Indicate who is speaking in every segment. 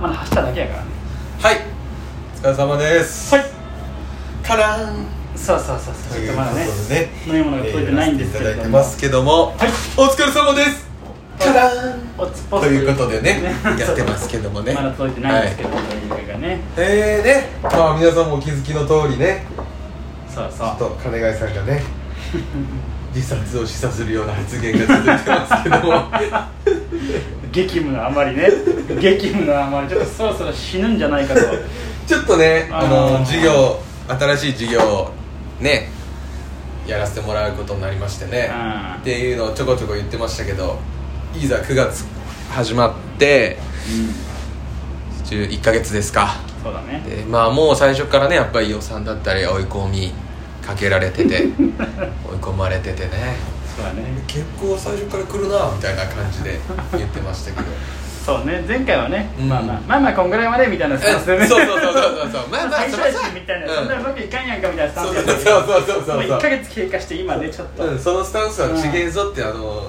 Speaker 1: まだ走っただけやからね
Speaker 2: はいお疲れ様です
Speaker 1: はい
Speaker 2: カラン
Speaker 1: そうそうそうそうちょっとまだね
Speaker 2: ということでね
Speaker 1: 飲み物が届いてないんですけれ
Speaker 2: えーやらせていただい
Speaker 1: ど
Speaker 2: て
Speaker 1: も
Speaker 2: ますけども
Speaker 1: はい
Speaker 2: お疲れ様ですカラン
Speaker 1: おつぽ
Speaker 2: と
Speaker 1: つ
Speaker 2: いうことでねやってます
Speaker 1: そう
Speaker 2: けどもね
Speaker 1: まだ届いてないんですけ
Speaker 2: は
Speaker 1: どというかね
Speaker 2: えーねまあ皆さんもお気づきの通りね
Speaker 1: そうそ
Speaker 2: ちょっ
Speaker 1: う
Speaker 2: と金貝さんがね 自殺を示唆するような発言が続いてますけど も
Speaker 1: 激務のあまり ね激務のあまりちょっとそろそろ死ぬんじゃないかと
Speaker 2: ちょっとねあの
Speaker 1: あー
Speaker 2: 授業新しい授業をねやらせてもらうことになりましてね
Speaker 1: うん
Speaker 2: っていうのをちょこちょこ言ってましたけどいざ9月始まって
Speaker 1: うん
Speaker 2: 1ヶ月ですか
Speaker 1: そうだね
Speaker 2: でまあもう最初からねやっぱり予算だったり追い込みかけられて て追い込まれててね
Speaker 1: そうだね
Speaker 2: 結構最初から来るなみたいな感じで言ってま したけど
Speaker 1: そうね前回はね
Speaker 2: うん
Speaker 1: まあまあまあまあこんぐらいまでみたいなスタンスで
Speaker 2: え
Speaker 1: ね
Speaker 2: そうそうそうそうそう まあまあ
Speaker 1: 最
Speaker 2: そ
Speaker 1: 初
Speaker 2: れ
Speaker 1: や
Speaker 2: さ
Speaker 1: しみたいなそんなうまくいかんやんかみたいなスタン
Speaker 2: そ
Speaker 1: ス
Speaker 2: う
Speaker 1: だっ
Speaker 2: そ
Speaker 1: た
Speaker 2: う
Speaker 1: けど
Speaker 2: そうそうそう
Speaker 1: もう
Speaker 2: そう
Speaker 1: 1ヶ月経過して今ねちょっと
Speaker 2: うん、そのスタンスは違えぞって、あの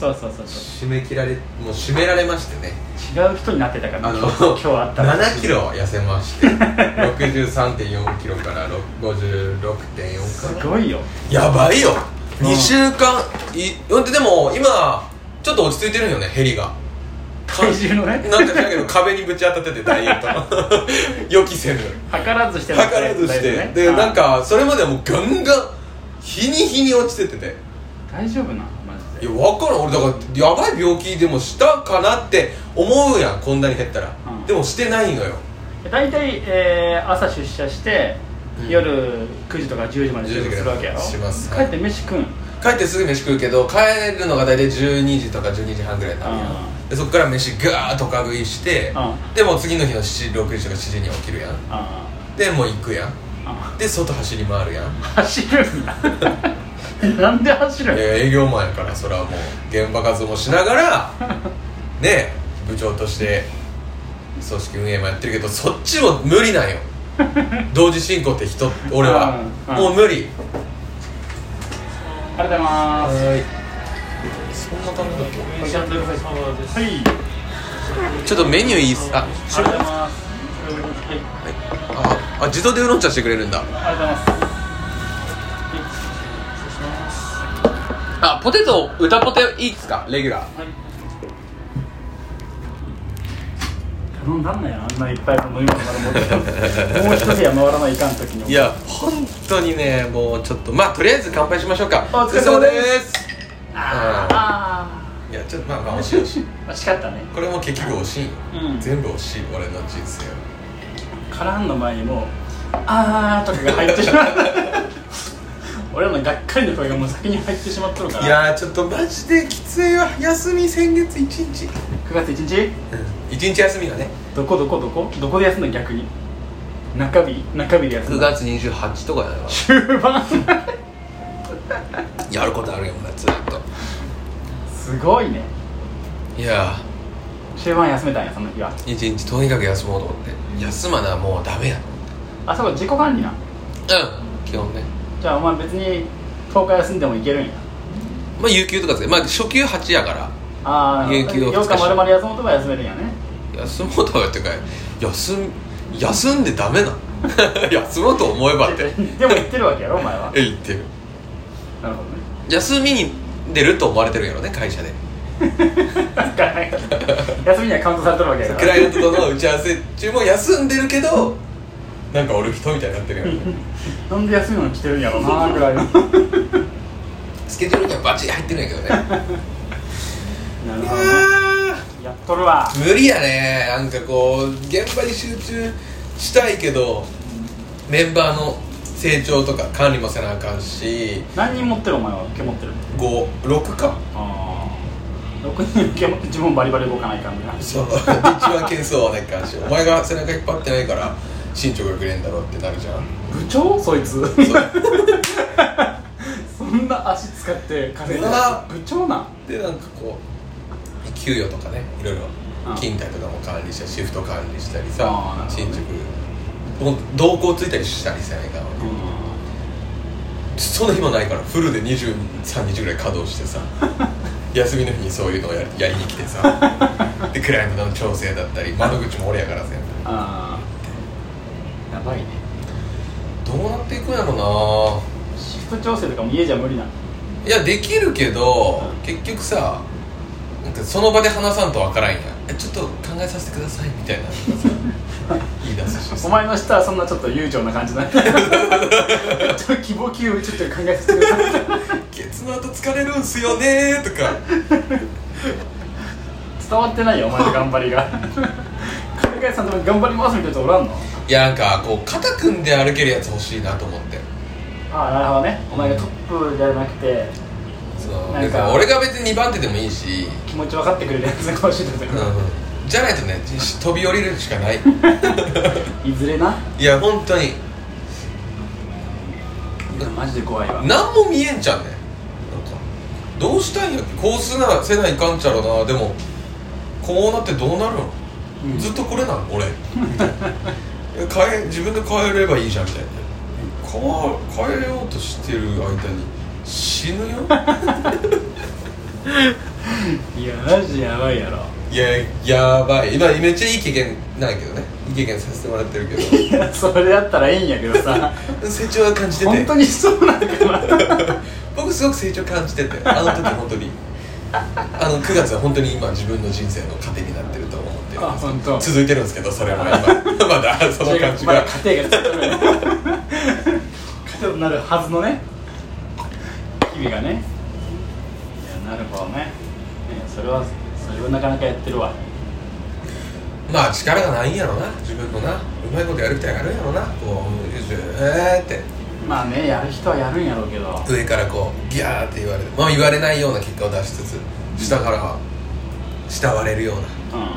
Speaker 1: そうそうそうそ
Speaker 2: 締め切られもう締められましてね
Speaker 1: う違う人になってたから
Speaker 2: あ
Speaker 1: ね
Speaker 2: の
Speaker 1: 今日今日あったら
Speaker 2: 7キロ痩せまして63.4キロから
Speaker 1: す
Speaker 2: 56.4か
Speaker 1: ごいよ
Speaker 2: やばいよ
Speaker 1: うん
Speaker 2: 2週間いほんででも今ちょっと落ち着いてるんよねヘリが
Speaker 1: 体重のね
Speaker 2: なんか知らんけど壁にぶち当たっててダイエッ トの予期せぬ
Speaker 1: 測らずしてな
Speaker 2: 計らずして、
Speaker 1: だいぶね
Speaker 2: で
Speaker 1: ああ
Speaker 2: なんかそれまでもうガンガン日に日に落ちてってて
Speaker 1: 大丈夫なマジ
Speaker 2: い
Speaker 1: で
Speaker 2: や分からん俺だからやばい病気でもしたかなって思うやんこんなに減ったら、
Speaker 1: うん
Speaker 2: でもしてないのよ
Speaker 1: 大体、えー、朝出社して、
Speaker 2: うん
Speaker 1: 夜9時とか10時まで仕事するわけやろ
Speaker 2: します
Speaker 1: 帰って飯食うん
Speaker 2: 帰ってすぐ飯食うけど帰るのが大体12時とか12時半ぐらいになるや
Speaker 1: うん
Speaker 2: んでそっから飯ガーッとか食いして
Speaker 1: うん
Speaker 2: でもう次の日の7 6時とか7時に起きるやん
Speaker 1: あ
Speaker 2: でもう行くやん
Speaker 1: ああ
Speaker 2: で外走り回るやん
Speaker 1: あ走るんだ なんで走るん
Speaker 2: いや営業マンやからそれはもう現場活動もしな がらね部長として組織運営もやってるけどそっちも無 理なんよ同時進行って人俺は
Speaker 1: うん
Speaker 2: もう無理
Speaker 1: ありがとうございます
Speaker 2: いそんな感じだ
Speaker 1: お
Speaker 2: っ
Speaker 1: 茶とごちそうさまですはいありがと
Speaker 2: けちょっとメニューいいっすあ
Speaker 1: うございますはい
Speaker 2: ああ自動でウーロン茶してくれるんだ
Speaker 1: ありがとうございます
Speaker 2: あポテト歌ポテいいっすかレギュラー
Speaker 1: はい頼んだんなよあんないっぱい飲み物から持っててもう一部屋回らないかん時に
Speaker 2: いや本当にねもうちょっとまあとりあえず乾杯しましょうか
Speaker 1: お疲れ様です
Speaker 2: す
Speaker 1: あ
Speaker 2: いやちょっとまあまあ惜しい惜しい
Speaker 1: あ惜しかったね
Speaker 2: これも結局惜しいよ、
Speaker 1: うん
Speaker 2: 全部惜しい俺の人生
Speaker 1: からんの前にもう「あー」とかが入ってしまった俺らのがっかりの声がもう先に入ってしまっとるから
Speaker 2: いやーちょっとマジできついわ休み先月1日
Speaker 1: 9月1日
Speaker 2: うん1日休みがね
Speaker 1: どこどこどこどこで休んだ逆に中日中日で休んだ
Speaker 2: 28とかだよ
Speaker 1: 終盤
Speaker 2: やることあるよ俺ずっと
Speaker 1: すごいね
Speaker 2: いや
Speaker 1: 終盤休めたんやその日は
Speaker 2: ー1日とにかく休もうと思って休まなもうダメや
Speaker 1: あそうか自己管理な
Speaker 2: うん基本ね
Speaker 1: じゃあお前別に10日休んでもいけるんや
Speaker 2: まあ有給とかつけまあ初級8やから
Speaker 1: ああ
Speaker 2: 有給を
Speaker 1: 8日丸々休もうとか休めるんやね
Speaker 2: 休もうとはっていうか休ん休んでダメな 休もうと思えばって
Speaker 1: でも言ってるわけやろお前は
Speaker 2: え言ってる
Speaker 1: なるほどね
Speaker 2: 休みに出ると思われてるんやろね会社で
Speaker 1: だから休みにはカウントされてるわけや
Speaker 2: ク
Speaker 1: から
Speaker 2: ライアントとの打ち合わせ中も休んでるけどなんか俺人みたいになってるよね
Speaker 1: なんで休みの来てるんやろな ぐらいのなる
Speaker 2: スケジュールにはバチ入ってるんやけどね
Speaker 1: ほどねやっとるわ
Speaker 2: 無理やねなんかこう現場に集中したいけどメンバーの成長とか管理もせなあかんし
Speaker 1: 何人持ってるお前は受け持ってる
Speaker 2: 56か
Speaker 1: ああ6人受け持って自分バリバリ動かないかんみたいな
Speaker 2: そう一番件数はないかんしお前が背中引っ張ってないから身長がくれんだろうってなるじゃん
Speaker 1: 部長そいつ
Speaker 2: そう
Speaker 1: そんな足使って稼いで
Speaker 2: うわ
Speaker 1: 部長なん
Speaker 2: でなんかこう給与とかねいろいろ
Speaker 1: うん
Speaker 2: 勤怠とかも管理したりシフト管理したり
Speaker 1: あーな
Speaker 2: さ
Speaker 1: るほど
Speaker 2: 新
Speaker 1: ね
Speaker 2: 宿もう同行ついたりしたりせないから、
Speaker 1: う
Speaker 2: その日もないからフルで23日ぐらい稼働してさ休みの日にそういうのをややりに来てさでクライアントの調整だったり窓口も俺やからさ
Speaker 1: ああやばいね
Speaker 2: どうなっていくんやろな
Speaker 1: シフト調整とかも家じゃ無理なの
Speaker 2: いやできるけど、
Speaker 1: うん
Speaker 2: 結局さなんかその場で話さんとわからんやんえちょっと考えさせてくださいみたいな のがさ言い出すし
Speaker 1: お
Speaker 2: さ
Speaker 1: 前の下はそんなちょっと悠長な感じだねちょっと希望級をちょっと考えさせてください
Speaker 2: ケツの後疲れるんすよねーとか
Speaker 1: 伝わってないよお前の頑張りが海外さんとも頑張りますみたいな人おらんの
Speaker 2: いやなんかこう肩組んで歩けるやつ欲しいなと思って
Speaker 1: ああなるほどねお前がトップじゃなくて
Speaker 2: そ
Speaker 1: なんか
Speaker 2: の別に俺が別に2番手でもいいし、
Speaker 1: 気持ち分かってくれるやつが欲しいってことだよ
Speaker 2: うん、じゃないとね飛び降りるしかない
Speaker 1: いずれない
Speaker 2: や本当
Speaker 1: い
Speaker 2: に
Speaker 1: やマジで怖いわ
Speaker 2: 何も見えんじゃんねなんかどうしたいんやっけこうすなせないかんちゃろなでもこうなってどうなるの、
Speaker 1: うん
Speaker 2: ずっとこれなの 俺いや変え自分で変えればいいじゃんみたいな変わ変えようとしてる間に死ぬよ
Speaker 1: いやマジやばいやろ
Speaker 2: いややばい今めっちゃいい経験なんやけどねいい経験させてもらってるけど
Speaker 1: いやそれだったらいいんやけど さ
Speaker 2: 成長は感じてて
Speaker 1: 本当にそうなんかな
Speaker 2: 僕すごく成長感じててあの時本当に あの9月は本当に今自分の人生の糧になってると思ってる
Speaker 1: あ本当
Speaker 2: 続いてるんですけどそれも 今まだその感じ
Speaker 1: まだ
Speaker 2: が
Speaker 1: 家庭がちょっとね家庭になるはずのね日々がねいやなるほどねねそれはそれをなかなかやってるわ
Speaker 2: まあ力がないんやろな自分のなうまいことやる人はやるんやろなこうよいしょえーって
Speaker 1: まあねやる人はやるんやろうけど
Speaker 2: 上からこうギャーって言われるまあ言われないような結果を出しつつ下から慕われるような
Speaker 1: うん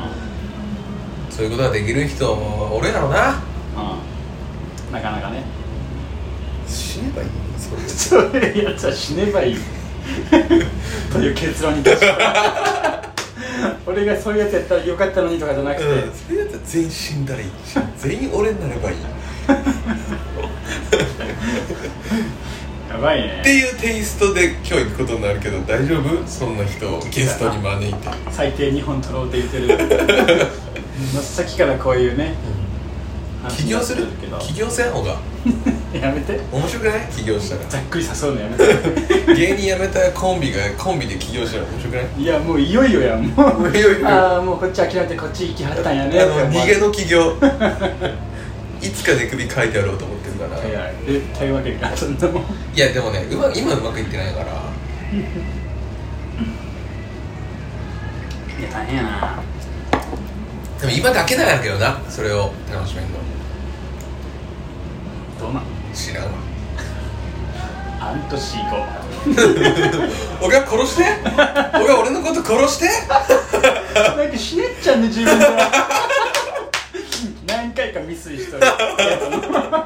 Speaker 2: そういうことができる人も俺やろな
Speaker 1: うんなかなかね
Speaker 2: 死ねばいいそれ
Speaker 1: そういうやつは死ねばいいという結論に達した 俺がそういうやつやったらよかったのにとかじゃなくて、
Speaker 2: うん、それだったら全員死んだらいいし全員俺になればいいっ
Speaker 1: やばい
Speaker 2: て
Speaker 1: ね
Speaker 2: いうテイストで今日行くことになるけど大丈夫そんな人をゲストに招いて
Speaker 1: 最低2本取ろうって言 ってる真っ先からこういうね
Speaker 2: 起業する
Speaker 1: 話になって
Speaker 2: 起業せん方が
Speaker 1: けどやめて
Speaker 2: 面白くない起業した
Speaker 1: ざっくり誘うのやめて
Speaker 2: ら芸人辞めたコンビがコンビで起業したら面白くない
Speaker 1: いやもういよいよやんもう
Speaker 2: いよいよ
Speaker 1: ああもうこっち諦めてこっち行きはったんやね
Speaker 2: あの逃げの 起業いつか手首書いてやろうと思ってるから
Speaker 1: いや絶対わけがそんなもん
Speaker 2: いやでもねうま今うまくいってないから
Speaker 1: いや大変やな
Speaker 2: でも今だけなんやけどなそれを楽しめるの
Speaker 1: どうなん
Speaker 2: 知らんわ
Speaker 1: 半年以降
Speaker 2: 俺が殺して俺が俺のこと殺して
Speaker 1: なんかひねっちゃうね自分で何回かミスしとるやつも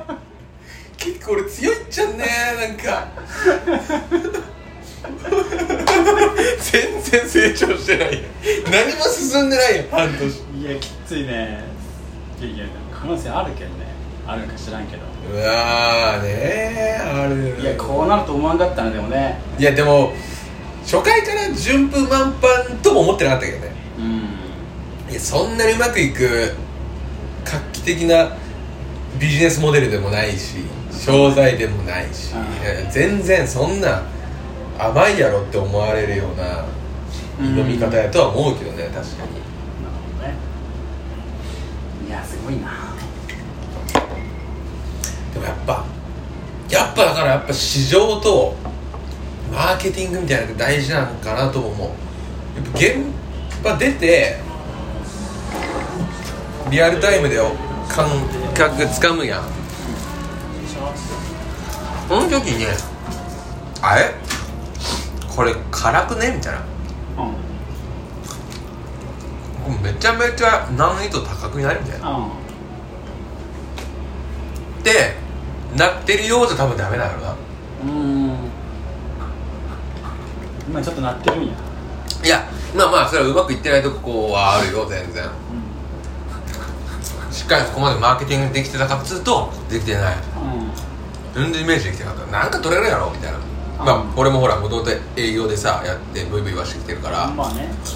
Speaker 2: 結構俺強いっちゃんねなんか全然成長してないよ何も進んでないよ半年
Speaker 1: いやきついねいやいや可能性あるけどねあるんか知らんけど
Speaker 2: うわーねーあるよね
Speaker 1: いやこうなると思わんかったなでもね
Speaker 2: いやでも初回から順風満帆とも思ってなかったけどね
Speaker 1: うん
Speaker 2: いやそんなにうまくいく画期的なビジネスモデルでもないし商材でもないし
Speaker 1: う
Speaker 2: 全然そんな甘いやろって思われるような飲み方
Speaker 1: なる
Speaker 2: やとは思うけどね確かに
Speaker 1: ほどねいやすごいな
Speaker 2: でもやっぱやっぱだからやっぱ市場とマーケティングみたいなのが大事なのかなとも思うやっぱ現場出てリアルタイムで感覚つかむやんこの時ねあれこれ辛くねみたいな
Speaker 1: うんうん
Speaker 2: これめちゃめちゃ難易度高くないみたいなってなってるようじゃ多分ダメだろうな
Speaker 1: うん今ちょっとなってるんや、
Speaker 2: いやまあまあそれはうまくいってないとこはあるよ全然
Speaker 1: う
Speaker 2: しっかりそこまでマーケティングできてたかっつうとできてない
Speaker 1: んうん、
Speaker 2: 全然イメージできてなかったなんか取れるやろみたいなまあ俺もほらもともと営業でさやってブイブイはしてきてるから 「
Speaker 1: まあねそ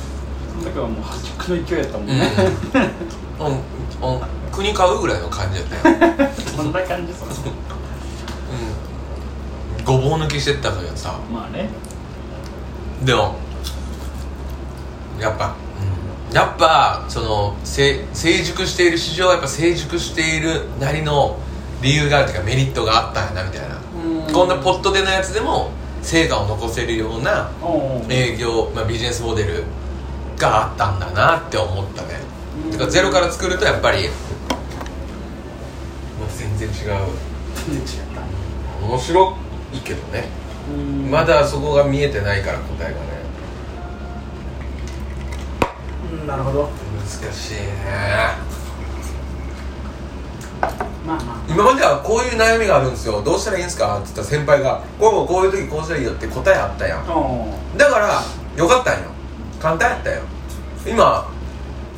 Speaker 1: の時はもう破竹の勢いやったもん
Speaker 2: うん
Speaker 1: ね、
Speaker 2: うんうん国買う?」ぐらいの感じやったよ、
Speaker 1: そんな感じその
Speaker 2: うん、ごぼう抜きしてったからさ
Speaker 1: まあね
Speaker 2: でもやっぱ、うん、やっぱそのせ成熟している市場はやっぱ成熟しているなりの理由があるというかメリットがあったんやなみたいなこんなポットでのやつでも成果を残せるような
Speaker 1: おうおう
Speaker 2: 営業、まあ、ビジネスモデルがあったんだなって思ったねてかゼロから作るとやっぱり、まあ、全然違う
Speaker 1: 全然違った
Speaker 2: 面白いけどね
Speaker 1: うん
Speaker 2: まだそこが見えてないから答えがね
Speaker 1: うんなるほど
Speaker 2: 難しいね
Speaker 1: まあま
Speaker 2: 今まではこういう悩みがあるんですよどうしたらいいんですかって言ったら先輩が「こうこうこういう時こうしたらいいよ」って答えあったやん
Speaker 1: あおう
Speaker 2: だからよかったんよ簡単やったんよ今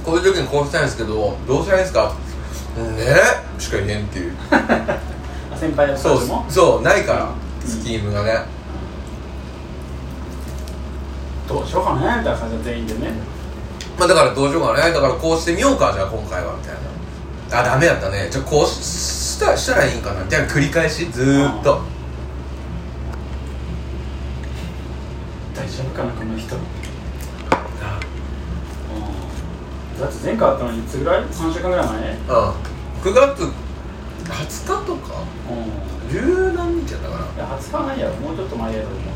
Speaker 2: こういう時にこうしたいんですけどどうしたらいいですかうんねしか言えんっていう
Speaker 1: あ先輩やった
Speaker 2: そ
Speaker 1: やつも
Speaker 2: うそうないからスキームがね
Speaker 1: どうしようかねみたいな感じで全員でね
Speaker 2: まあだからどうしようかねだからこうしてみようかじゃあ今回はみたいなあダメやったねじゃあこうししたらしたらいいんかなみたいな繰り返しずーっと
Speaker 1: 大丈夫かなこの人
Speaker 2: あ
Speaker 1: うんだって前回あったのいつぐらい3週間ぐらい前
Speaker 2: うん9月20日とか
Speaker 1: うん
Speaker 2: 十何日やったかない
Speaker 1: や20日はないやろもうちょっと前やと思うけ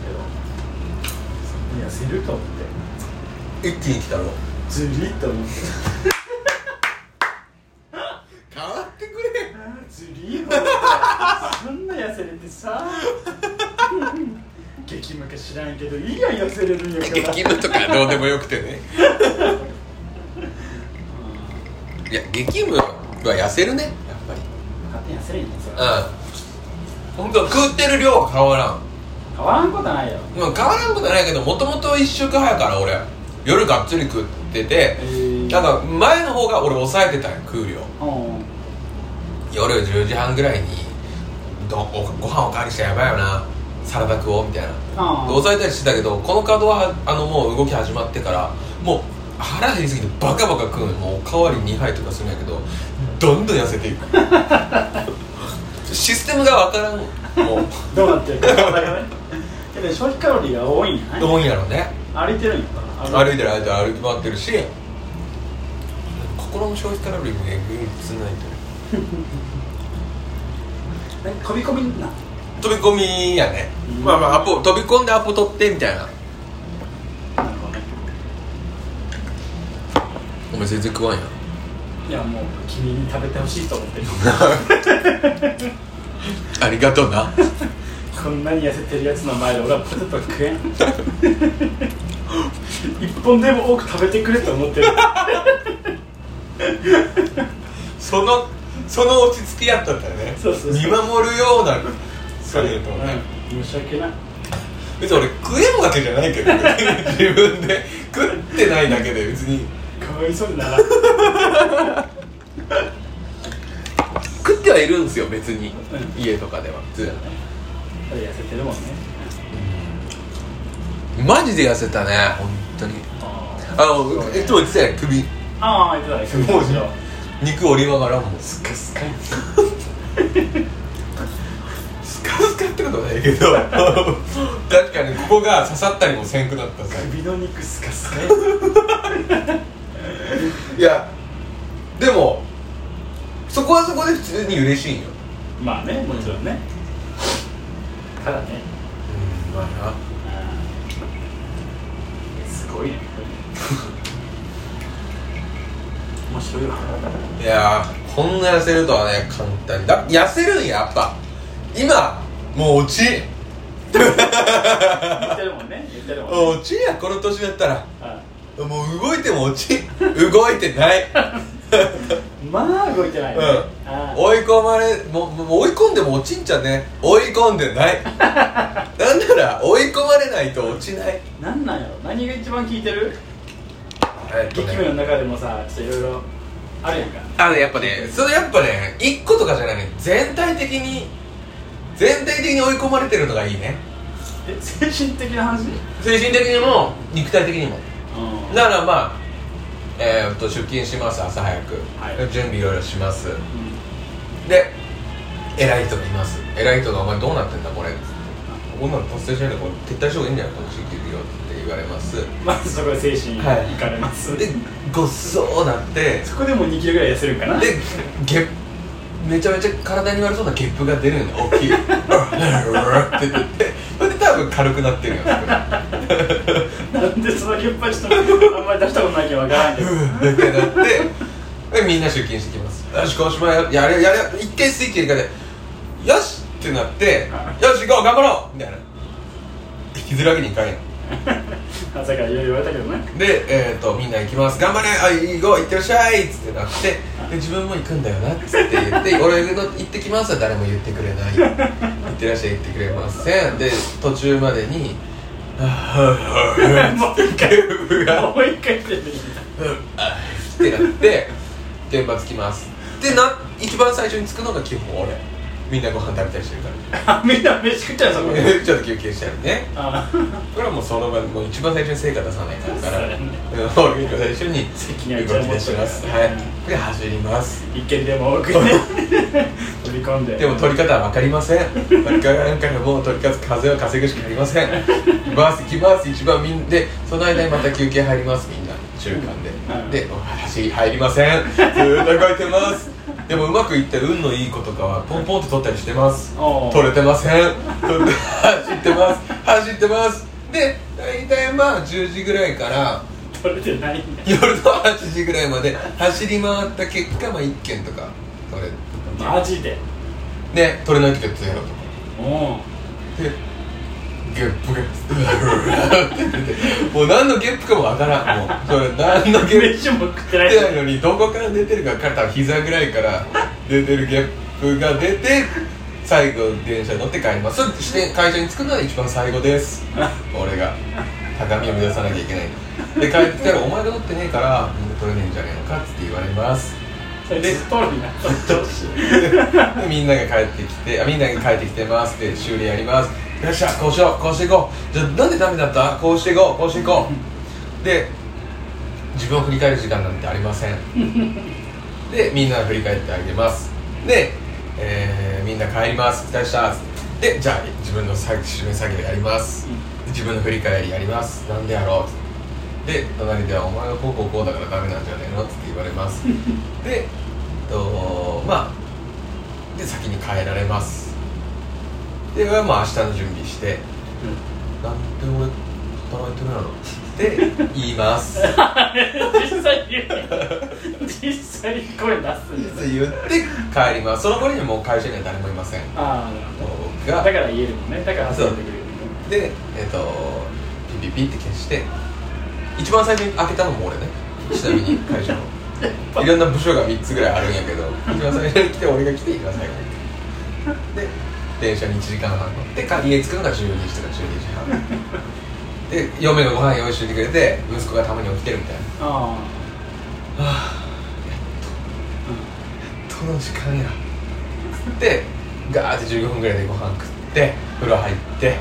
Speaker 1: どいやすると思って
Speaker 2: 一気に来たろ
Speaker 1: ずりっと思って
Speaker 2: 変わってくれ
Speaker 1: ずりーもそんな痩せれてさ激ムカ知らんけどいいやん痩せれるんやから
Speaker 2: 激務とかどうでもよくてねいや激務は痩せるねやっぱり
Speaker 1: 勝手に痩せれんやんそれ
Speaker 2: うん本当食ってる量は変わらん、
Speaker 1: 変わらんことないよ
Speaker 2: まあ、変わらんことないけどもともと1週間早いから俺夜がっつり食ってて
Speaker 1: ー
Speaker 2: なんか前の方が俺抑えてたんよ食う量
Speaker 1: うん
Speaker 2: 夜10時半ぐらいにどおご飯おかわりしたらやばいよなサラダ食おうみたいな
Speaker 1: あ
Speaker 2: で抑えたりしてたけどこのカードはあのもう動き始まってからもう腹減りすぎてバカバカ食うのもうおかわり2杯とかするんやけどどんどん痩せていく システムがわからんも う
Speaker 1: どうなってるか体がねけど消費カロリーが多いんやない
Speaker 2: どうやろね
Speaker 1: 歩いてるんやから
Speaker 2: 歩いてる間歩き回ってるし心の消費カロリーもえぐいつないと
Speaker 1: え飛び込みんな
Speaker 2: 飛び込みやね
Speaker 1: うん
Speaker 2: まあまあアポ飛び込んでアポ取ってみたいな
Speaker 1: なるほどね
Speaker 2: お前全然食わんやん
Speaker 1: いやもう君に食べてほしいと思 ってる
Speaker 2: ありがとうな
Speaker 1: こんなに痩せてるやつの前で俺はポテト食えん一本でも多く食べてくれと思ってる
Speaker 2: そのその落ち着きやったんだよね
Speaker 1: そうそうそう
Speaker 2: 見守るようなそれとね、
Speaker 1: うん申し訳ない
Speaker 2: 別に俺食えんわけじゃない けどね自分で食ってないだけで別に
Speaker 1: かわいそうになら
Speaker 2: 食ってはいるんですよ別に
Speaker 1: う
Speaker 2: 家とかでは普通
Speaker 1: 痩せてるもんね
Speaker 2: マジで痩せたね本当に
Speaker 1: あ
Speaker 2: あのいつも言ってたやん首
Speaker 1: あー言ってたね
Speaker 2: もう肉折りながらんもん
Speaker 1: スカスカ
Speaker 2: スカスカってことはない けど確かにここが刺さったりもせんくなったさ
Speaker 1: 首の肉スカスカ
Speaker 2: いやでもそこはそこで普通に嬉しいんよ
Speaker 1: まあねもちろんねただね
Speaker 2: うんまあ
Speaker 1: すごいね 面白いわ
Speaker 2: ないやーこんな痩せるとはね簡単にだ痩せるんややっぱ今もう落ち
Speaker 1: 言ってるもんね言ってるもんね
Speaker 2: 落ちやこの年だったら
Speaker 1: あ
Speaker 2: もう動いても落ち動いてない、
Speaker 1: まあ動いてな
Speaker 2: う
Speaker 1: い
Speaker 2: ん
Speaker 1: ね、あ、
Speaker 2: 追い込まれももう追い込んでも落ちんじゃね追い込んでないなんなら追い込まれないと落ちない
Speaker 1: なんなんやろ何が一番効いてる
Speaker 2: えっと
Speaker 1: 激
Speaker 2: ね
Speaker 1: 務の中でもさちょっといろいろあるやんか
Speaker 2: あのやっぱねそれやっぱね一個とかじゃないね全体的に全体的に追い込まれてるのがいいね
Speaker 1: え精神的な話
Speaker 2: 精神的にも肉体的にも
Speaker 1: うん
Speaker 2: だからまあえーっと出勤します朝早く、
Speaker 1: はい
Speaker 2: 準備いろいろしますで偉い人がいます偉い人が「お前どうなってんだこれ」っつって「こんなの達成しないでこれ撤退した方がいいんじゃないこの地域いるよ」って言われます
Speaker 1: まずそこで精神い
Speaker 2: はい
Speaker 1: かれます、
Speaker 2: でごっそうなって
Speaker 1: そこでもう2キロぐらい痩せるんかな
Speaker 2: でゲッめちゃめちゃ体に悪そうなゲップが出るんで大きいって出てそれで多分軽くなってるんです
Speaker 1: なんでその現場ちょっとあんまり出したことないけどわからんけど
Speaker 2: だけなってでみんな出勤してきますよし川島ややれやれ一回スイッチ入れ替えてよしってなってよし行こう頑張ろうみたいな引きずるわけにいかんやん
Speaker 1: 朝からいろいろ言われたけどね
Speaker 2: で、えー、とみんな行きます頑張れあいいご行ってらっしゃいっつってなってで自分も行くんだよなっつって言って俺の行ってきますは誰も言ってくれない行ってらっしゃい行ってくれませんで途中までに「あーはーはーは ー
Speaker 1: もう一回もう一回って言ってき
Speaker 2: うんあーってなって現場着きますでな一番最初に着くのが基本俺みんなご飯食べたりしてるか
Speaker 1: たあみんな飯食っちゃうそこで
Speaker 2: ら ちょっと休憩したりね
Speaker 1: あ
Speaker 2: これはもうその場でもう一番最初に成果出さないかんから
Speaker 1: そうだね
Speaker 2: うん俺が最初に
Speaker 1: 責任
Speaker 2: 動
Speaker 1: は一番
Speaker 2: き出します
Speaker 1: 持ってるからね
Speaker 2: はいで走ります
Speaker 1: 一軒でも多くね飛び込んで
Speaker 2: でも取り方は分かりません何かなんかもう取り方風は稼ぐしかありません行きます行きます一番みんでその間にまた休憩入りますみんな中間で、
Speaker 1: うん
Speaker 2: で私入りませんずーっと動いてますでもうまくいって運のいい子とかはポンポンと取ったりしてます
Speaker 1: おう
Speaker 2: 取れてません走ってます走ってますで大体まあ10時ぐらいから
Speaker 1: 取れてないんだ
Speaker 2: 夜の8時ぐらいまで走り回った結果、まあ、1件とか取れ
Speaker 1: マジで
Speaker 2: ね取れないけどゼロとか
Speaker 1: も
Speaker 2: でゲップがって出てもう何のゲップかもわからんもうそれ何の
Speaker 1: う
Speaker 2: ゲップ
Speaker 1: 飯も食ってない
Speaker 2: 出ないのにどこから出てるか分からん多分膝ぐらいから出てるゲップが出て最後電車に乗って帰りますそして会社に着くのは一番最後です俺が高みを目指さなきゃいけないで帰ってきたら「お前が乗ってねえからみんな取れねえんじゃねえのか」って言われます
Speaker 1: それでストーリーなそっちほしい
Speaker 2: でみんなが帰ってきてあみんなが帰ってきてますって修理やりますよっしゃこうしようこうしていこうじゃあなんでダメだったこうしていこうこうしていこうで自分を振り返る時間なんてありませんでみんなが振り返ってあげますで、えーみんな帰ります期待したでじゃあ自分の作締め作業やりますで自分の振り返りやりますなんでやろうで隣では「お前はこうこうこうだからダメなんじゃねえの?」って言われますでえっとまあで先に帰られますで俺はまあ明日の準備してなんで俺働いてるんやろって言います
Speaker 1: 実際に言う実際に声出すんです
Speaker 2: 言って帰りますその頃にはもう会社には誰もいません
Speaker 1: ああなるほど
Speaker 2: 僕
Speaker 1: だ
Speaker 2: が
Speaker 1: から言えるもんねだから発言できるよね
Speaker 2: でえっ、とピピピって消して一番最初に開けたのも俺ねちなみに会社のいろんな部署が3つぐらいあるんやけど一番最初に来て俺が来て一番最後に来てで電車に1時間半乗ってか家着くのが12時とか12時半で嫁がご飯用意しててくれて息子がたまに起きてるみたいな
Speaker 1: あ
Speaker 2: この時間やでガーって15分ぐらいでご飯食って風呂入って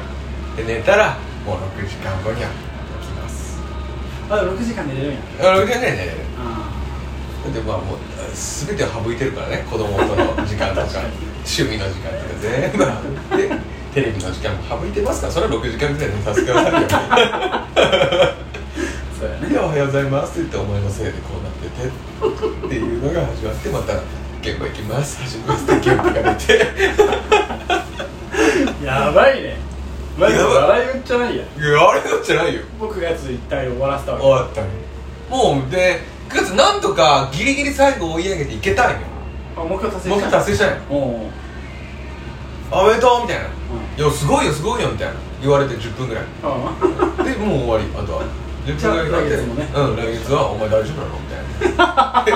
Speaker 2: で寝たらもう6時間後には起きます
Speaker 1: ああ6時間寝れるんや
Speaker 2: あ6時間ぐらい寝れる
Speaker 1: あ
Speaker 2: でまあもう全てを省いてるからね子供との時間と
Speaker 1: 確
Speaker 2: か
Speaker 1: かに
Speaker 2: 趣味の時間とか全部省いてテレビの時間も省いてますからそれは6時間ぐらい寝させてくださいよ
Speaker 1: あそう やね
Speaker 2: で「おはようございます」って言って「お前のせいでこうなってて」っていうのが始まってまた「現場行きます」走りますって現場が出て。
Speaker 1: やばいねマジで笑い打っちゃないや
Speaker 2: いやあれだってないよ
Speaker 1: 僕がやつ一体終わらせた
Speaker 2: 終
Speaker 1: わ
Speaker 2: わったもうで9月なんとかギリギリ最後追い上げていけたんよ
Speaker 1: けあ目標達成
Speaker 2: 目
Speaker 1: した
Speaker 2: 標達成したんよ
Speaker 1: おうおううん
Speaker 2: あおめでとうみたいな「いやすごいよすごいよ」みたいな言われて10分ぐらい
Speaker 1: あ
Speaker 2: でもう終わりあとは10
Speaker 1: じゃあ
Speaker 2: 分ぐらいかけ
Speaker 1: 来
Speaker 2: て
Speaker 1: 月もね
Speaker 2: うん来月は「お前大丈夫なの?」みたいな で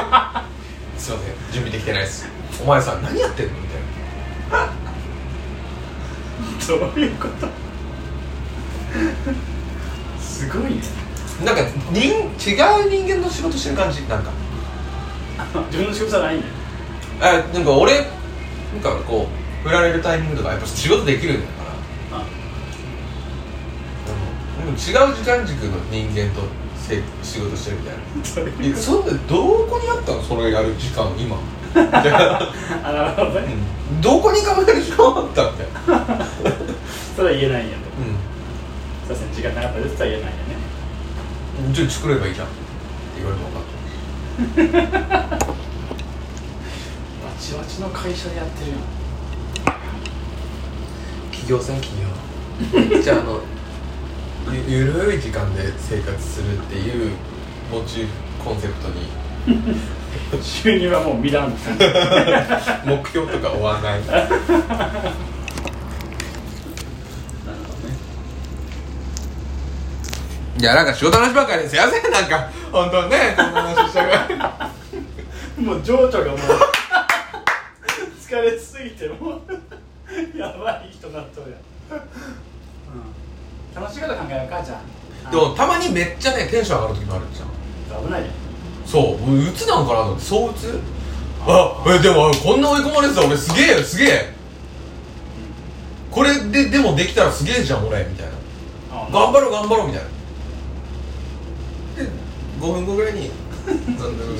Speaker 2: すいません準備できてないですお前さ何やってんのみたいな
Speaker 1: どういうことすごいね
Speaker 2: なんか人違う人間の仕事してる感じなんか
Speaker 1: 自分の仕事じゃないんだよ
Speaker 2: あなんか俺なんかこう振られるタイミングとかやっぱ仕事できるんだから
Speaker 1: あ
Speaker 2: 違う時間軸の人間とせ仕事してるみたいな
Speaker 1: そういう
Speaker 2: えそんなどこにあったのそれやる時間今
Speaker 1: あなるほどね
Speaker 2: どこに考える時間あったみたいな
Speaker 1: それは言えないんやとそ
Speaker 2: う
Speaker 1: うですね時間なかったですとは言えないんやね
Speaker 2: んじゃあ作ればいいじゃんって言われて分かっ
Speaker 1: わちわちの会社でやってるよ
Speaker 2: た企業さん 企業じゃああのゆゆるい時間で生活するっていうモチーフコンセプトに
Speaker 1: 収入はもう見らんって感 じ
Speaker 2: 目標とか追わな い
Speaker 1: なるほどね
Speaker 2: いやなんか仕事の話ばっかりですいませんなんか本当ねこんな話したから
Speaker 1: もう情緒がもう疲れすぎてもう やばい人になっとるやん、うん、楽しいこと考えようかじゃあ
Speaker 2: でもたまにめっちゃねテンション上がる時もあるじゃん
Speaker 1: あ危ないじ
Speaker 2: そう俺鬱なんかなと思ってそう鬱あえでもあこんな追い込まれてた俺すげえよすげえこれででもできたらすげえじゃん俺みたいな
Speaker 1: ゃんあ
Speaker 2: 頑張ろう頑張ろうみたいなで5分後ぐらい になんで俺なんで俺こんな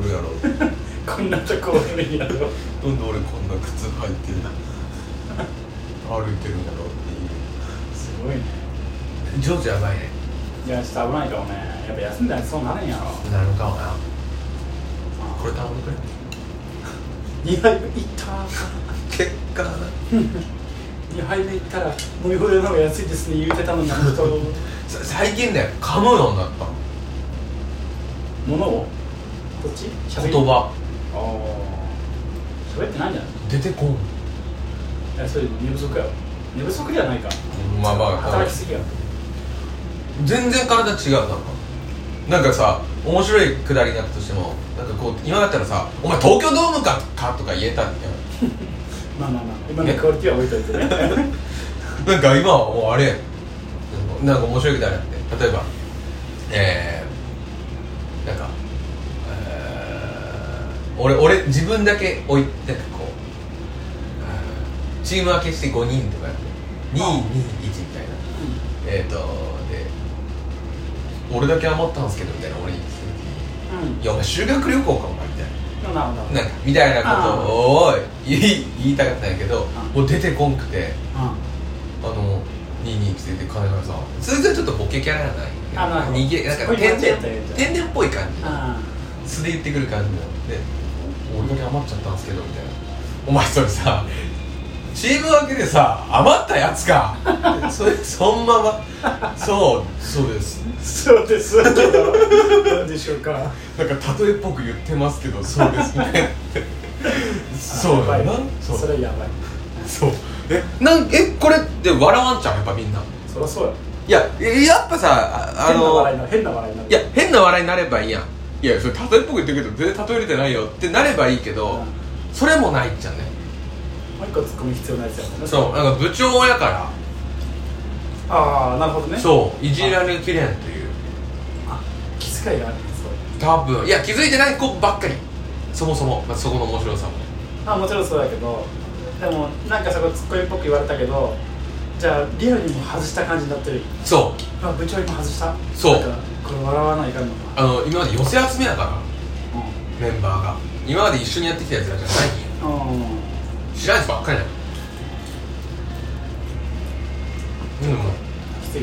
Speaker 2: 俺やろう
Speaker 1: こんなとこ俺にやろう
Speaker 2: なんで俺こんな靴履いて歩いてるんだろうっ
Speaker 1: すごいね
Speaker 2: ていう上手やばいね
Speaker 1: いやちょっと危ないかもねやっぱ休んだらそうなるんやろ
Speaker 2: なるかもなこれ頼んでくれ
Speaker 1: 2杯目いった
Speaker 2: 結果な
Speaker 1: 2杯目いったら飲み放題の方が安いですね言うてたのにあの人
Speaker 2: さ最近ね噛むようになった
Speaker 1: 物をこっち喋
Speaker 2: 言
Speaker 1: り
Speaker 2: 葉
Speaker 1: ああ喋ってないんじゃない
Speaker 2: 出てこん
Speaker 1: いやそれ寝不足やろ寝不足ではないか
Speaker 2: まあまあ
Speaker 1: 働きすぎやろ
Speaker 2: 全然体違うなんかなんかさ面白いくだりになったとしてもなんかこう今だったらさ「お前東京ドームかか」とか言えたみたい
Speaker 1: まあまあまあ今のクオリティは置いとい てね
Speaker 2: ななんか今はもうあれなんか面白いくだりあって例えばえー、なんか、えー、俺俺自分だけ置いてなんかこうえーチーム分けして5人とかやって221みたいなえっ、ー、とで俺だけ余ったんすけどみたいな俺に聞い
Speaker 1: うん
Speaker 2: ていやお前修学旅行かお前みたい
Speaker 1: うんなるほどうん
Speaker 2: ななんかみたいなことをおい 言い言いたかったんやけど
Speaker 1: あ
Speaker 2: もう出てこんくてあの22って出て金がさそれじゃちょっとボケキャラじゃ
Speaker 1: あなる
Speaker 2: な
Speaker 1: ほ
Speaker 2: い
Speaker 1: ど
Speaker 2: 逃げなん
Speaker 1: そこ
Speaker 2: か
Speaker 1: に間違
Speaker 2: 天然
Speaker 1: ったやつ
Speaker 2: 天然っぽい感じ
Speaker 1: あ
Speaker 2: 素で言ってくる感じなのでお俺だけ余っちゃったんですけどみたいなお前それさチーム分けでさ余ったや つかそれそんままそうそうです
Speaker 1: ーそうですけど何でしょうか
Speaker 2: なんか例えっぽく言ってますけどそうですねそう
Speaker 1: やば
Speaker 2: だ
Speaker 1: い
Speaker 2: なそ
Speaker 1: そうれはやばい
Speaker 2: そうえなんえこれって笑わんちゃうやっぱみんな
Speaker 1: そりゃそうや
Speaker 2: いやえやっぱさああ
Speaker 1: 変な
Speaker 2: の
Speaker 1: 笑いになる変な笑いになる
Speaker 2: いや変な笑いになればいいやんいやそれ例えっぽく言ってるけど全然例えれてないよってなればいいけど、
Speaker 1: うん
Speaker 2: それもないっちゃね
Speaker 1: もう一個ツッコミ必要なやつやもんね
Speaker 2: そうなんか部長やか
Speaker 1: ああなるほど
Speaker 2: ら、
Speaker 1: ね
Speaker 2: そういじられきれんという
Speaker 1: あ気遣いがあるそう
Speaker 2: 多分いや気づいてない子ばっかりそもそも、まあ、そこの面白さも
Speaker 1: あもちろんそうだけどでもなんかそこツッコミっぽく言われたけどじゃあリアルにも外した感じになってる
Speaker 2: そう
Speaker 1: あ部長にも外した
Speaker 2: そう
Speaker 1: なんかこれ笑わないかんのか
Speaker 2: あの今まで寄せ集めやか
Speaker 1: う
Speaker 2: らメンバーが今まで一緒にやってきたやつらじゃないんよ
Speaker 1: ん、うん、
Speaker 2: 知らんやつばっかりだよでも
Speaker 1: きつい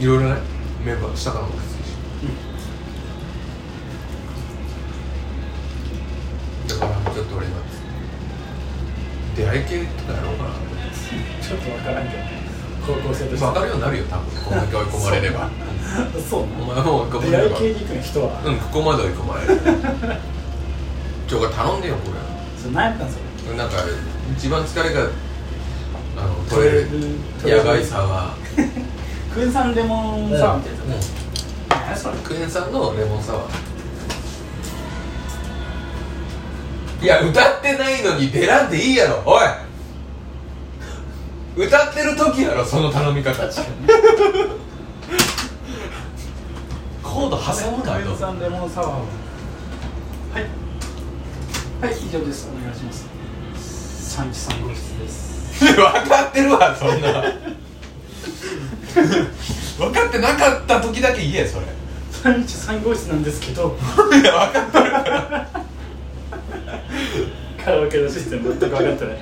Speaker 2: いろいろねメンバー下からもきついし、だからちょっと俺今出会い系とかやろうかなって
Speaker 1: ちょっとわからんけどね高校生として
Speaker 2: 分かるようになるよ多分こんだけ追い込まれれば
Speaker 1: そう
Speaker 2: お前も追い込ま
Speaker 1: 出
Speaker 2: れ
Speaker 1: 会
Speaker 2: れ
Speaker 1: い
Speaker 2: ば
Speaker 1: 系に行くの人は、
Speaker 2: うんここまで追い込まれるちょこれ頼んでよこ
Speaker 1: それ何やったんすよ
Speaker 2: れなんか一番疲れがあの取れる
Speaker 1: 取れる
Speaker 2: やばいさは
Speaker 1: クエン酸レモンサワーみたいなや
Speaker 2: う
Speaker 1: つ、何それ
Speaker 2: んクエン酸のレモンサワーいや歌ってないのに出らんでいいやろおい歌ってる時やろその頼み方コード挟むな
Speaker 1: クエ
Speaker 2: よ
Speaker 1: ン酸レモンサワーをはいはい以上ですお願いします三一三号室です
Speaker 2: 分かってるわそんな分かってなかった時だけ言えそれ
Speaker 1: 323号室なんですけど
Speaker 2: いや分かってる
Speaker 1: カラオケのシステム全く分かってない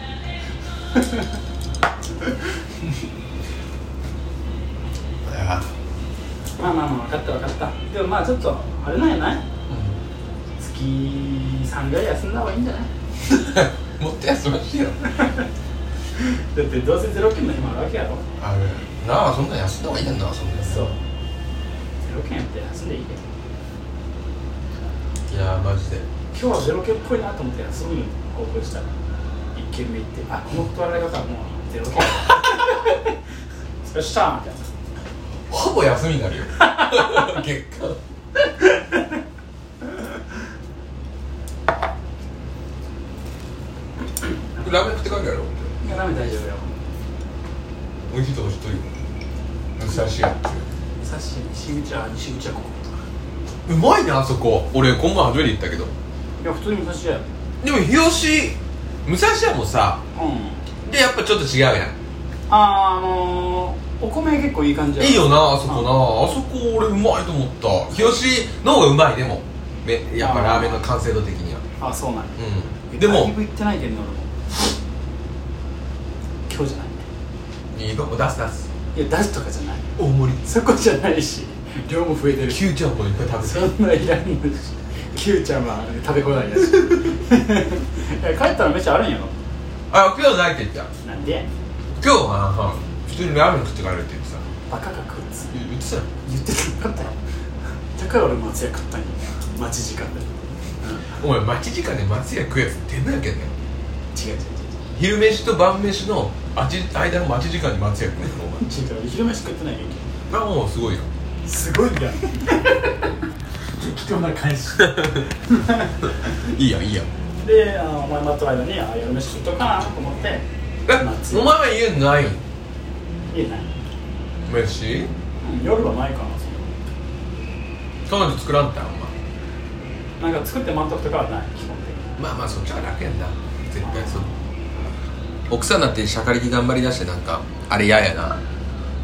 Speaker 1: まあまあまあ分かった分かったでもまあちょっとあれなんやない月3ぐらい休んだ方がいいんじゃない
Speaker 2: もっと休ましいよ
Speaker 1: だってどうせゼロ件の日もあるわけやろ
Speaker 2: あれなあそんなん休んだ方がいいやんなそんなん
Speaker 1: そうゼロ件やって休んでいいけど
Speaker 2: いやマジで
Speaker 1: 今日はゼロ件っぽいなと思って休みに報告したら1件目行ってあこの断られ方はもうゼロ件 それしたみたいな
Speaker 2: ほぼ休みになるよ 月間ラーメン食って帰るやろ
Speaker 1: いやダメ大丈夫よ
Speaker 2: 美味しいとこ知っとるよ武蔵屋って
Speaker 1: さっし西口は西口はここ
Speaker 2: うまいなあそこ俺今晩初めて行ったけど
Speaker 1: いや普通に武蔵屋う
Speaker 2: でも日吉武蔵屋もさ
Speaker 1: ん
Speaker 2: でやっぱちょっと違うやん
Speaker 1: あーあのー、お米結構いい感じや
Speaker 2: いいよなあそこなあそこ俺うまいと思った日吉の方がうまいでもめやっぱラーメンの完成度的には
Speaker 1: あそうなんや
Speaker 2: うんで
Speaker 1: だ
Speaker 2: も
Speaker 1: いぶ行ってないけどね俺も今日じゃない
Speaker 2: いいかも出す出す
Speaker 1: いや出すとかじゃない
Speaker 2: 大盛り
Speaker 1: そこじゃないし量も増えてるし
Speaker 2: キューちゃんもいっぱい食べて
Speaker 1: そんないらんのしキューちゃんはあれ食べこないだしいや帰ったら飯あるんやろ
Speaker 2: あ今日ないって言った
Speaker 1: なんで
Speaker 2: 今日は普通にラーメン食って帰るって言ってさ
Speaker 1: バカか食うっつ
Speaker 2: 言ってたよ
Speaker 1: 言ってたんだったよだから俺松屋食ったんや待ち時間で、うん、
Speaker 2: お前待ち時間で松屋食うやつ出んなやけんね
Speaker 1: 違う違う違う
Speaker 2: 昼飯と晩飯のあち間の待ち時間に松屋食うやつお前
Speaker 1: 違う違う昼飯食ってないやんけ
Speaker 2: あもうすご いよ
Speaker 1: すごいんだ適当な返し
Speaker 2: いいやいいや
Speaker 1: であのお前待っとる間にあ夜飯食っとくかなと思って
Speaker 2: え
Speaker 1: 松
Speaker 2: お前
Speaker 1: 屋
Speaker 2: は家ないん
Speaker 1: いいね
Speaker 2: 飯
Speaker 1: うん夜はないかなそ
Speaker 2: 彼女作らんたんお
Speaker 1: の
Speaker 2: 前
Speaker 1: なんか作って満足とかはない基本的に
Speaker 2: まあまあそっちは楽やんな絶対そう奥さんだってしゃかりき頑張りだしてなんかあれ嫌やな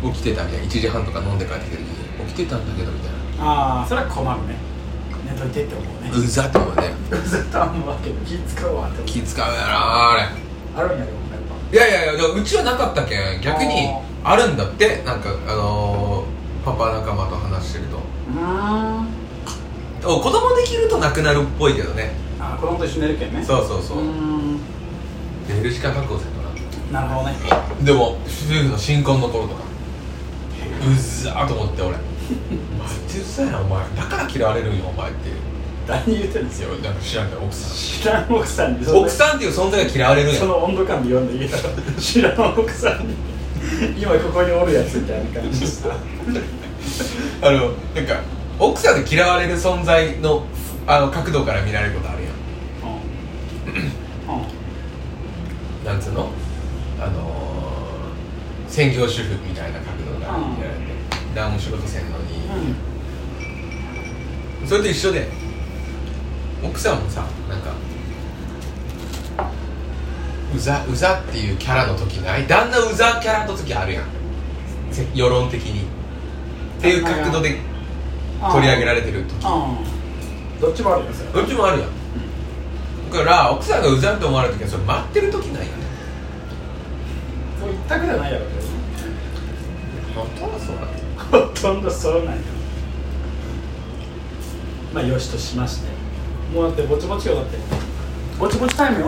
Speaker 2: 起きてたみたいな1時半とか飲んで帰ってきてる時に起きてたんだけどみたいな
Speaker 1: ああそれは困るね寝といてって思うね
Speaker 2: うざと思うね
Speaker 1: ずっとあんまわけど気使うわって思
Speaker 2: 気使うやなあれ
Speaker 1: うあるんやでもやっ
Speaker 2: いやいやいやでもうちはなかったけん逆にあるんだってなんかあのー、パパ仲間と話してると
Speaker 1: ぱ
Speaker 2: お子供できるとなくなるっぽいけどね
Speaker 1: あー子供と一緒に寝るけんね
Speaker 2: そうそうそう
Speaker 1: ーん
Speaker 2: 寝る時間確保せんとな
Speaker 1: なるほどね
Speaker 2: でも主婦の新婚の頃とかうっざーと思って俺マジうっさいなお前だから嫌われるんよお前ってい
Speaker 1: 誰に言ってるんですよ
Speaker 2: やなんか知らんけど奥さん
Speaker 1: 知らん奥さんにそんな
Speaker 2: 奥さんっていう存在が嫌われるんや
Speaker 1: その温度感で読んでいいだろ知らん奥さんに今ここにおるやつみたいな感じした
Speaker 2: あのなんか奥さんで嫌われる存在のあの角度から見られることあるやんなんつうのあのー、専業主婦みたいな角度から見られて、何も仕事せんのに、それと一緒で奥さんもさなんかうざうざっていうキャラの時ない旦那うざキャラの時あるやんせ世論的にっていう角度で取り上げら
Speaker 1: れ
Speaker 2: れてる時
Speaker 1: うんどっちもあるよそれ
Speaker 2: どっちもあるやんだから奥さんがうざって思われる時はそれ待ってる時ないよね
Speaker 1: それ一択じゃないやろうけどね
Speaker 2: 本当はそうなの
Speaker 1: ほとんどそうなんよまあよしとしましてもうだってぼちぼちよだってぼちぼちタイムよ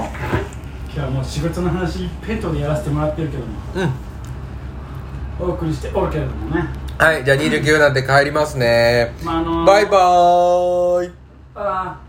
Speaker 1: 今日はもう仕事の話ペットでやらせてもらってるけども
Speaker 2: うん
Speaker 1: お送りしておるけれどもね
Speaker 2: はいじゃあ29なんで帰りますね
Speaker 1: まああの
Speaker 2: バイバーイ
Speaker 1: ああ